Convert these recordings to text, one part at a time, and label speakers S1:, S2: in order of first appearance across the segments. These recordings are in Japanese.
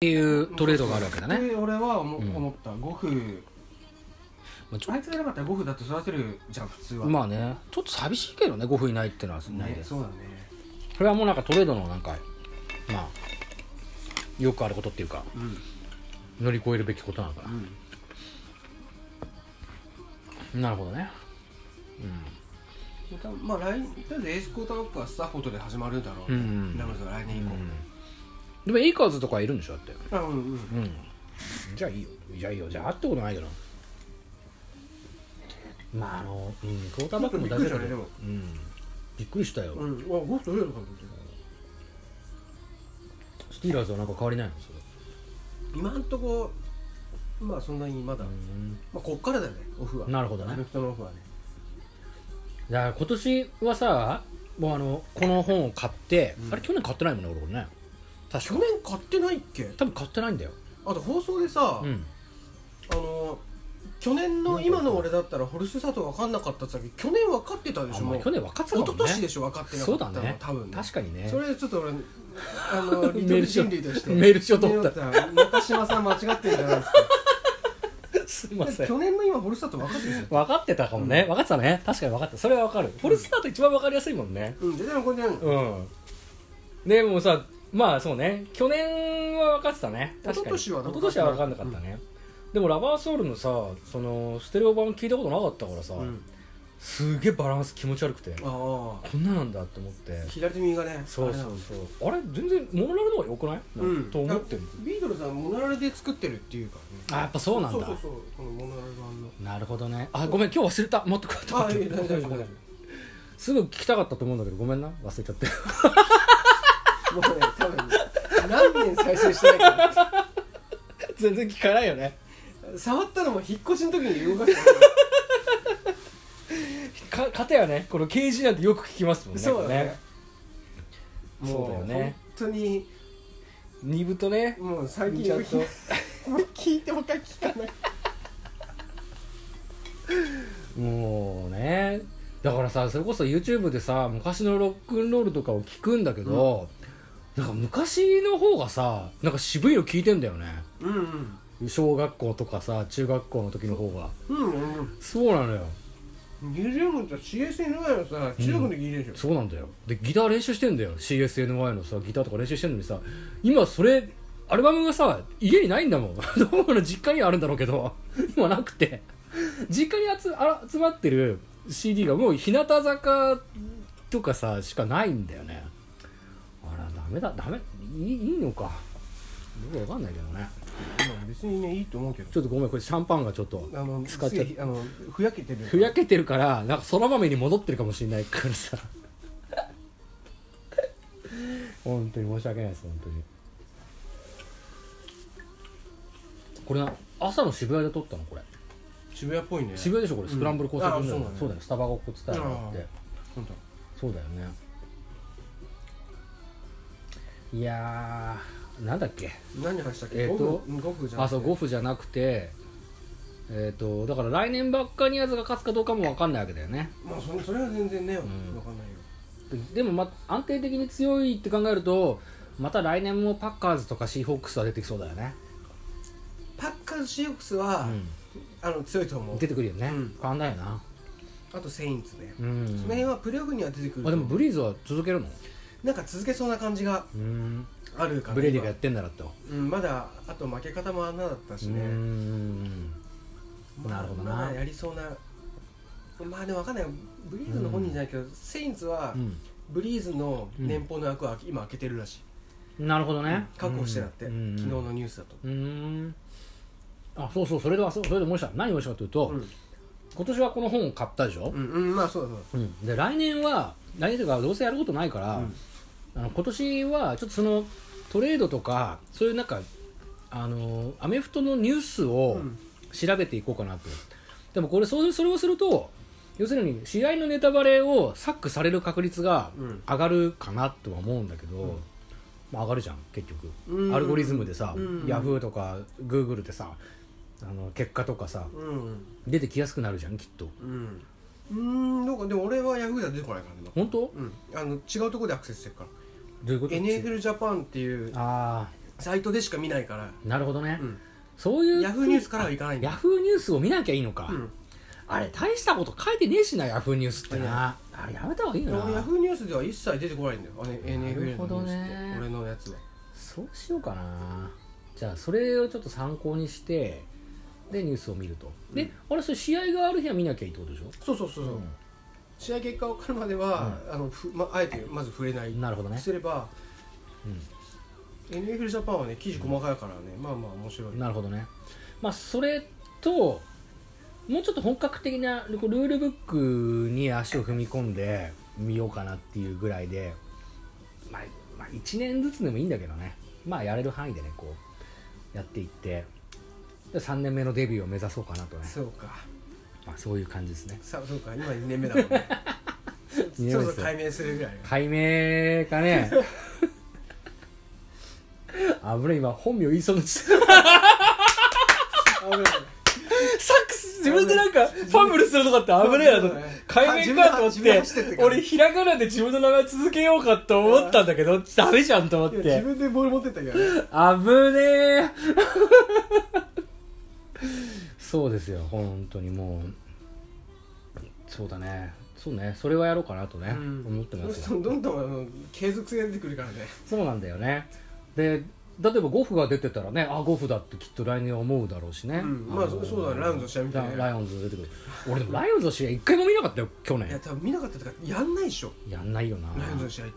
S1: ていうトレードがあるわけだね、
S2: で俺は思,、
S1: うん
S2: 思ったゴフ
S1: まあ、ちょ
S2: あいつがいなかったらゴフだって育てるじゃん普通は
S1: まあねちょっと寂しいけどね5分いないっていうのはない
S2: ね
S1: です、
S2: そうだね
S1: これはもうなんかトレードのなんかまあよくあることっていうか
S2: うん
S1: 乗り越えるべきことなのか
S2: うん
S1: ななるほどね
S2: またまあ来年とりあえずエースクォーターバックはスタッフォートで始まるだろう、
S1: うんうん
S2: ラムズは来年以降、
S1: でもエイカーズとかいるんでしょだって
S2: あうんうん
S1: うんじゃあいいよじゃあいいよじゃああってことないけどまああの、うん、クォーターバックも大事だけ
S2: びっくりしたねで
S1: ど、
S2: も
S1: うん、びっくりしたよ、
S2: うん、あゴフ取れるかと思って
S1: スティーラーズはなんか変わりないのそれ
S2: 今んとこまあそんなにまだ、まあこっからだよねオフは
S1: なるほどね
S2: アメフトのオフはね
S1: だから今年はさもうあのこの本を買って、
S2: うん
S1: あれ去年買ってないもんね俺これね確
S2: 去
S1: か
S2: 年買ってないっけ
S1: 多分買ってないんだよ
S2: あと放送でさ、
S1: うん
S2: あの去年の今の俺だったらホルス佐藤分かんなかったって言ってたけど去年分かってたでし
S1: あ
S2: ょ
S1: ま
S2: も
S1: あ
S2: う
S1: 去年分かってた
S2: 一
S1: もんね
S2: 昨年でしょ分かってなか
S1: そう
S2: った
S1: だ
S2: の
S1: ね
S2: 多分ね
S1: 確かにね
S2: それちょっと俺あ のリト
S1: メー
S2: ル
S1: ルしよう
S2: 人類として
S1: メールしようと思った
S2: メールしようと思った中島さん間違ってるんじゃない です
S1: すいませ
S2: か
S1: ん
S2: 去年の今ホルス佐藤分かってるでしょ
S1: 分かってたかもね、
S2: うん
S1: 分かってたね確かに分かったそれは分かるフォルスタート一番分かりやすいもんね
S2: うんででもこれね
S1: うんでもさまあそうね去年は分かってたね確かに
S2: 一昨年は
S1: 一昨年は分かんなかったね、でもラバーソウルのさそのステレオ版聞いたことなかったからさ、
S2: うん
S1: すげえバランス気持ち悪くて
S2: ああ
S1: こんななんだって思って
S2: 左手右がね
S1: そうそう
S2: あれだ
S1: そうあれ全然モノラルの方が良くない、
S2: うん
S1: と思ってる
S2: ビートルズはモノラルで作ってるっていうか
S1: あ
S2: らね
S1: やっぱそうなんだ
S2: そうそうそうこのモノラル版の
S1: なるほどねあごめん今日忘れた持ってこようと思
S2: あ
S1: っ
S2: あい
S1: て
S2: い大丈夫大丈夫
S1: すぐ聞きたかったと思うんだけどごめんな忘れちゃって
S2: もうね多分ね何年再生してないから
S1: 全然聞かないよね
S2: 触ったのも引っ越しの時に動かした
S1: かかたやねこの KG なんてよく聞きますもんね
S2: そうだね
S1: ねそうだよね
S2: 本当に
S1: 2部とね
S2: もう最近
S1: ちゃんと
S2: 聞いてもか聞かない
S1: もうねだからさそれこそ YouTube でさ昔のロックンロールとかを聞くんだけど、なんか昔の方がさなんか渋いの聞いてんだよね
S2: うんうん
S1: 小学校とかさ中学校の時の方が
S2: うんうん
S1: そうなのよ
S2: ニュージーランドと CSNY のさ中学の時いるでしょ、
S1: そうなんだよでギター練習してんだよ CSNY のさギターとか練習してんのにさ今それアルバムがさ家にないんだ もんどうの実家にはあるんだろうけど今なくて実家に集あ集まってる CD がもう日向坂とかさしかないんだよねあらダメだダメいいいいのかよくわかんないけどね
S2: まあ別にねいいと思うけど
S1: ちょっとごめんこれシャンパンがちょっと
S2: あの
S1: 使っちゃう
S2: すげえあのふやけてる
S1: ふやけてるからなんか空豆に戻ってるかもしれないからさ 本当に申し訳ないです本当にこれな朝の渋谷で撮ったのこれ
S2: 渋谷っぽいね
S1: 渋谷でしょこれスクランブル交差点だよ
S2: うん
S1: ね
S2: あ
S1: そ
S2: そう
S1: だ
S2: うだね
S1: よスタバごっこ伝えらっ
S2: あ
S1: て
S2: 本当
S1: そうだよねいやーなんだっけ
S2: 何話したっけ、
S1: えーと
S2: ゴフゴフじゃん
S1: あそうゴフじゃなくてえっ、とだから来年ばっかにやつが勝つかどうかも分かんないわけだよね
S2: まあそれそれは全然ね、わ
S1: ん
S2: かんないよ
S1: でも、ま、安定的に強いって考えるとまた来年もパッカーズとかシーホークスは出てきそうだよね、
S2: パッカーズシーホックスは、あの強いと思う
S1: 出てくるよね、
S2: うん
S1: 変わんないよな、
S2: あとセインツね、
S1: うん
S2: その辺はプレーオフには出てくる
S1: あでもブ
S2: リ
S1: リーズは続けるの
S2: なんか続けそうな感じが
S1: うん
S2: あるから
S1: ブレディがやっ
S2: 今
S1: てんならと、
S2: うん、まだあと負け方も穴だったし
S1: う
S2: ね、
S1: ん
S2: まあ
S1: なるほどな
S2: まあやりそうなまあでも分かんないブリーズの本人じゃないけど、セインツは
S1: うん
S2: ブリーズの年俸の枠は今開けてるらしい、
S1: なるほどね
S2: 確保してたって、
S1: うん
S2: 昨日のニュースだと、
S1: うんあそうそうそれではそうそれでもう一つ何をしたかというと、
S2: うん
S1: 今年はこの本を買ったでしょ
S2: う、ん、うん、まあそうだそうだ
S1: うんで来年は来年というかどうせやることないから、
S2: うん
S1: あの今年はちょっとそのトレードとかそういうなんかあのアメフトのニュースを
S2: うん
S1: 調べていこうかなと、でもこれそうそれをすると要するに試合のネタバレをサックされる確率が
S2: うん
S1: 上がるかなとは思うんだけど、まあ、上がるじゃん結局、
S2: うん
S1: アルゴリズムでさ、
S2: うん
S1: ヤフーとかグーグルでさあの結果とかさ
S2: うん
S1: 出てきやすくなるじゃんきっと
S2: うんうんどうかでも俺はヤフーでは出てこないからね
S1: 本当
S2: うん、あの違うところでアクセスしてるから
S1: どういうこと
S2: NFL ジャパンっていう
S1: ああ
S2: サイトでしか見ないから、
S1: なるほどね、
S2: うん、
S1: そういう
S2: ヤフーニュースからはいかないん
S1: ヤ
S2: だ、
S1: フーニュースを見なきゃいいのか、
S2: うん、
S1: あれ大したこと書いてねえしなヤフーニュースってなあれやめた方がいい
S2: で
S1: よ
S2: もヤ
S1: な
S2: フーニュースでは一切出てこないんだよあの NFL
S1: ほ
S2: の
S1: ど
S2: ニュ
S1: ね
S2: ースって俺のやつは
S1: そうしようかなじゃあそれをちょっと参考にしてでニュースを見るとで、あれそれ試合がある日は見なきゃいいってことでしょ
S2: そうそうそうそう、試合結果分かるまでは、あのふまあえてまず触れない
S1: なるほどね
S2: すれば、
S1: う
S2: NFL ジャパンはね記事細かいからね、まあまあ面白い、
S1: なるほどねまあそれともうちょっと本格的なルールブックに足を踏み込んでみようかなっていうぐらいで、まあ、まあ1年ずつでもいいんだけどねまあやれる範囲でねこうやっていって3年目のデビューを目指そうかなとね、
S2: そうか
S1: まあ、そういう感じですね
S2: さそうか今2年目だもんねそ
S1: 二年目ですよ
S2: ろそろ解明するぐらい
S1: 解明かねあぶね今本名言いそうになっちゃっ
S2: 危ない
S1: たサックス自分でなんかファンブルするとかって危ねえなと思って解明かと思っ
S2: 自分で
S1: て
S2: 走ってってから
S1: 俺ひらがなで自分の名前続けようかと思ったんだけどダメじゃんと思っ
S2: いや自
S1: て
S2: 分でボール持ってったけどね
S1: 危ねえ そうですよ本当にもうそうだねそうねそれはやろうかなとね、思ってますよ
S2: そうどんどんあの継続性が出てくるからね
S1: そうなんだよねで例えばゴフが出てたらねあゴフだってきっと来年は思うだろうしね、
S2: うんまあ
S1: のー
S2: そうだねライオンズの試合見てね
S1: ラライオンズ出てくる俺でもライオンズの試合一回も見なかったよ去
S2: いや
S1: 年
S2: 多分見なかったとかやんないでしょ
S1: やんないよな
S2: ライオンズの試合って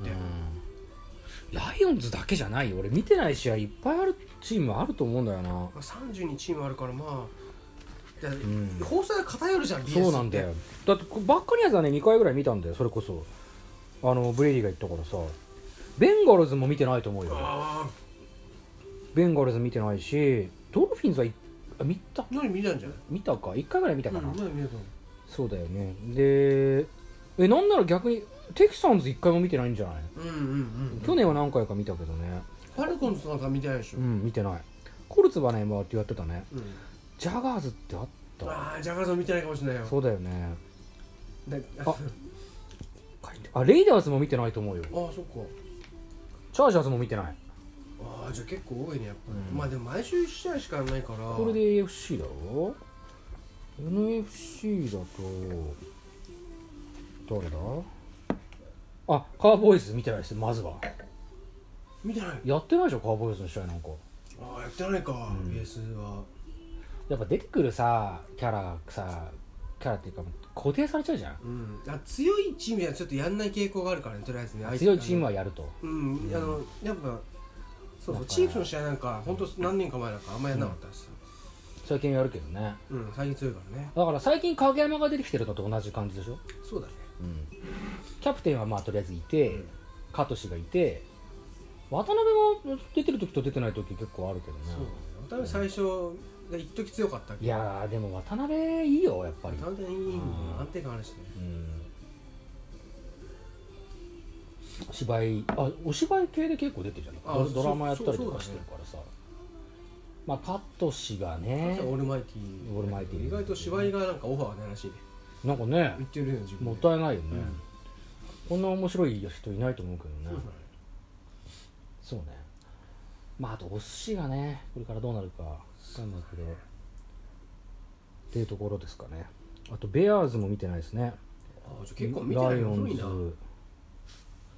S1: うんライオンズだけじゃないよ俺見てない試合いっぱいあるチームあると思うんだよな
S2: まあ32チームあるからまあだから
S1: ん
S2: 放送が偏るじゃん BS って
S1: そうなんだよだってバッカニアズはね2回ぐらい見たんだよそれこそあのブレイディが言ったからさベンガルズも見てないと思うよ
S2: ああ
S1: ベンガルズ見てないしドルフィンズはいあ見た
S2: 何見たんじゃない
S1: 見たか1回ぐらい見たかな、
S2: うん何見たと思う
S1: そうだよねでえなんなら逆にテキサンズ1回も見てないんじゃない、
S2: うんうんうん
S1: 去年は何回か見たけどね
S2: ファルコンズなんか見てないでしょ
S1: う、ん見てないコルツはねまあってやってたね
S2: うん
S1: ジャガーズってあった
S2: ああジャガーズも見てないかもしれないよ
S1: そうだよね
S2: だあ
S1: ああレイダーズも見てないと思うよ
S2: あーそっか
S1: チャージャーズも見てない
S2: ああじゃあ結構多いねやっぱり、
S1: うん
S2: まあでも毎週1試合しかやんないから
S1: これで AFC だろ NFC だと誰だあカーボーイズ見てないですまずは
S2: 見てない
S1: やってないでしょカーボーイズの試合なんか
S2: ああやってないか、BS は
S1: やっぱ出てくるさキャラさキャラっていうか固定されちゃうじゃん
S2: うんあ強いチームはちょっとやんない傾向があるからねとりあえずね
S1: 強いチーム
S2: は
S1: はやると
S2: うんあのやっぱそ
S1: だか
S2: うそう
S1: ら
S2: チーフの試合なんか本当何年か前なんかあんまやんなかったしさ
S1: 最近やるけどね
S2: うん、最近強いからね
S1: だから最近影山が出てきてるのと同じ感じでしょ、
S2: そうだね
S1: キャプテンはまあとりあえずいて
S2: うん
S1: カトシがいて渡辺も出てる時と出てない時結構あるけどね
S2: そうだね渡辺最初が一時強かったけ
S1: い
S2: ど
S1: やーでも渡辺いいよやっぱり
S2: 渡辺いいんだよ
S1: うん
S2: 安定感あるしね
S1: うん芝居あお芝居系で結構出てるじゃ
S2: あ
S1: ないドドラマやったり
S2: そう
S1: と
S2: そう
S1: か
S2: そ
S1: し
S2: う
S1: て
S2: だ
S1: る
S2: ね
S1: からさ、まあカット氏がね
S2: オールマイティー
S1: オールマイティー
S2: 意外と芝居がなんかオファーがないらしいね
S1: なんかね
S2: 言ってるよ自分で
S1: もったいないよね、
S2: うん
S1: こんな面白い人いないと思うけど
S2: そう
S1: ね
S2: だね
S1: そうねまああとお寿司がねこれからどうなるかわかんないけどっていうところですかねあとベアーズも見てないですね
S2: あじゃあ結構見てないの
S1: ラ
S2: 多
S1: イ
S2: いな
S1: オンズ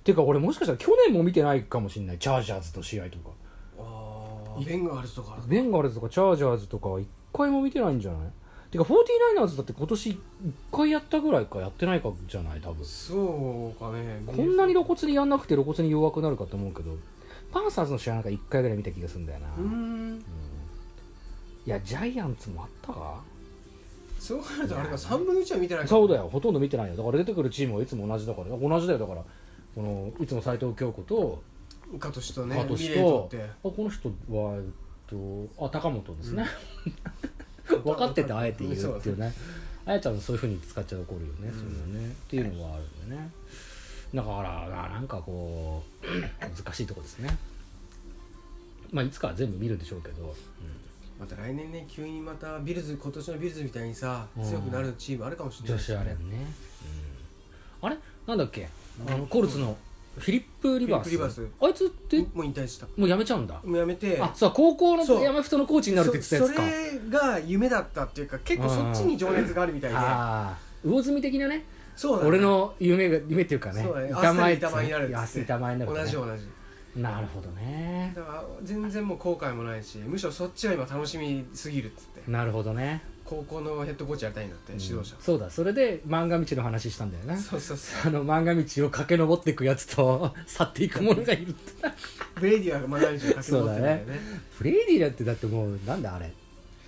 S1: てか俺もしかしたら去年も見てないかもしれないチャージャーズと試合とか
S2: あーベンガルズとか
S1: ベンガルズとかチャージャーズとかは1回も見てないんじゃないてか 49ers だって今年1回やったぐらいかやってないかじゃない多分
S2: そうかね
S1: こんなに露骨にやんなくて露骨に弱くなるかと思うけどパンサーズの試合なんか1回ぐらい見た気がするんだよな、
S2: うー
S1: い
S2: ん
S1: やジャイアンツもあったか
S2: そう考えるとあれか3分の1は見てない
S1: そうだよほとんど見てないよだから出てくるチームはいつも同じだから同じだよだからこのいつも斎藤京子と
S2: カトシとね
S1: カト
S2: ミ
S1: シ
S2: レイト
S1: と
S2: って
S1: あこの人はえっとあ高本ですね、分かっててあえて言うっていうねあやちゃんのそういうふうに使っちゃ怒るよね、そういうのねっていうのはあるんでねだからあなんかこう 難しいとこですねまあいつかは全部見るでしょうけど、
S2: また来年ね急にまたビルズ今年のビルズみたいにさ
S1: うん
S2: 強くなるチームあるかもしれな
S1: 女
S2: い
S1: 子アレ
S2: ね
S1: ンね、あれなんだっけあのコルツのフィリップ・リバース
S2: フィリップリバー
S1: あいつって
S2: もう引退した
S1: もうやめちゃうんだ
S2: もうやめて
S1: あそう高校の
S2: そう
S1: 山人のコーチになるって言ってたや
S2: そ
S1: つか
S2: それが夢だったっていうか結構そっちに情熱があるみたいで
S1: ああ魚住的なね
S2: そうだね
S1: 俺の夢が夢っていうかね
S2: そうだね
S1: 板前
S2: 明日に板前になるっつって
S1: 明日に板前になると
S2: 同
S1: ね
S2: じ同じ
S1: なるほどね
S2: だから全然もう後悔もないしむしろそっちが今楽しみすぎるっつって
S1: なるほどね
S2: 高校のヘッドコーチやりたいんだって指導者
S1: うんそうだそれで漫画道の話したんだよね
S2: そうそうそ
S1: あの漫画道を駆け上っていくやつと去っていくものがいるって
S2: うブレイディはマナージュ駆け上ってるんだよね
S1: フレイディだってだってもうなんだあれ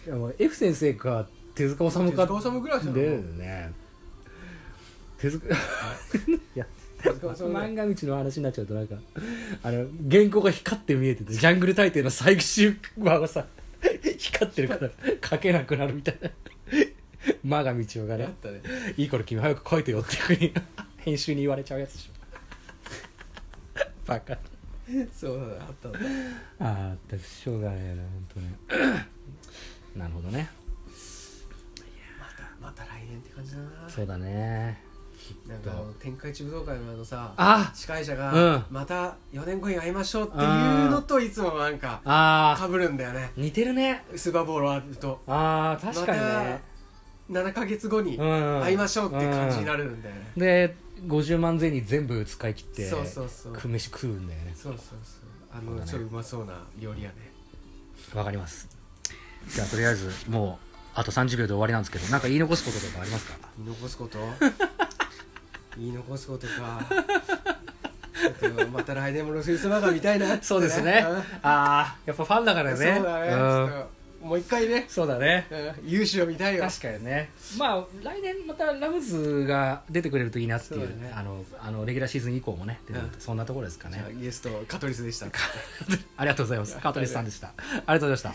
S1: いやもう F 先生か手塚治虫か
S2: 手塚治虫ぐらいじゃん
S1: だよね手 塚いや漫画道の話になっちゃうとなんかあの原稿が光って見えてて「ジャングル大帝」の最終話がさ光ってるから書けなくなるみたいなマガ道夫が
S2: やっ
S1: ね
S2: たね
S1: 「いいから君早く書いてよ」っていうふうに編集に言われちゃうやつでしょバカ
S2: そうだねあったんだ
S1: ああ全くしょうがねえな本当ね なるほどね
S2: また来年って感じだな
S1: そうだね
S2: なんかあの天下一武道会のあのさ
S1: あ
S2: 司会者
S1: うん
S2: がまた4年後に会いましょうっていうのといつもなんか
S1: ああ
S2: かぶるんだよね
S1: 似てるね
S2: スーパーボールあると
S1: ああ確かにね、
S2: 7か月後に
S1: うん
S2: 会いましょうっていう感じになるんだよね
S1: で50万銭に全部使い切って
S2: そうそうそう
S1: く飯食うんだよね
S2: そうそうそうあのちょっとうまそうな料理やね
S1: わかりますじゃあとりあえずもうあと30秒で終わりなんですけどなんか言い残すこととかありますか
S2: 言い残 すこと言い残すことかちょっとまた来年もロスイスバーガー見たいなって ね
S1: そうですね
S2: ん
S1: ああやっぱファンだから
S2: そう
S1: ね
S2: だね、
S1: うん
S2: ちょっともう一回ね、
S1: そうだね
S2: うん、勇姿を見たいよ
S1: 確かにねまあ来年またラムズが出てくれるといいなってい
S2: そう
S1: う
S2: だね
S1: あのあのレギュラーシーズン以降もね出てくると
S2: う
S1: そんなところですか
S2: じゃあ
S1: ね
S2: ゲストカトリスでした
S1: ありがとうございますカートリスさんでしたありがとうございました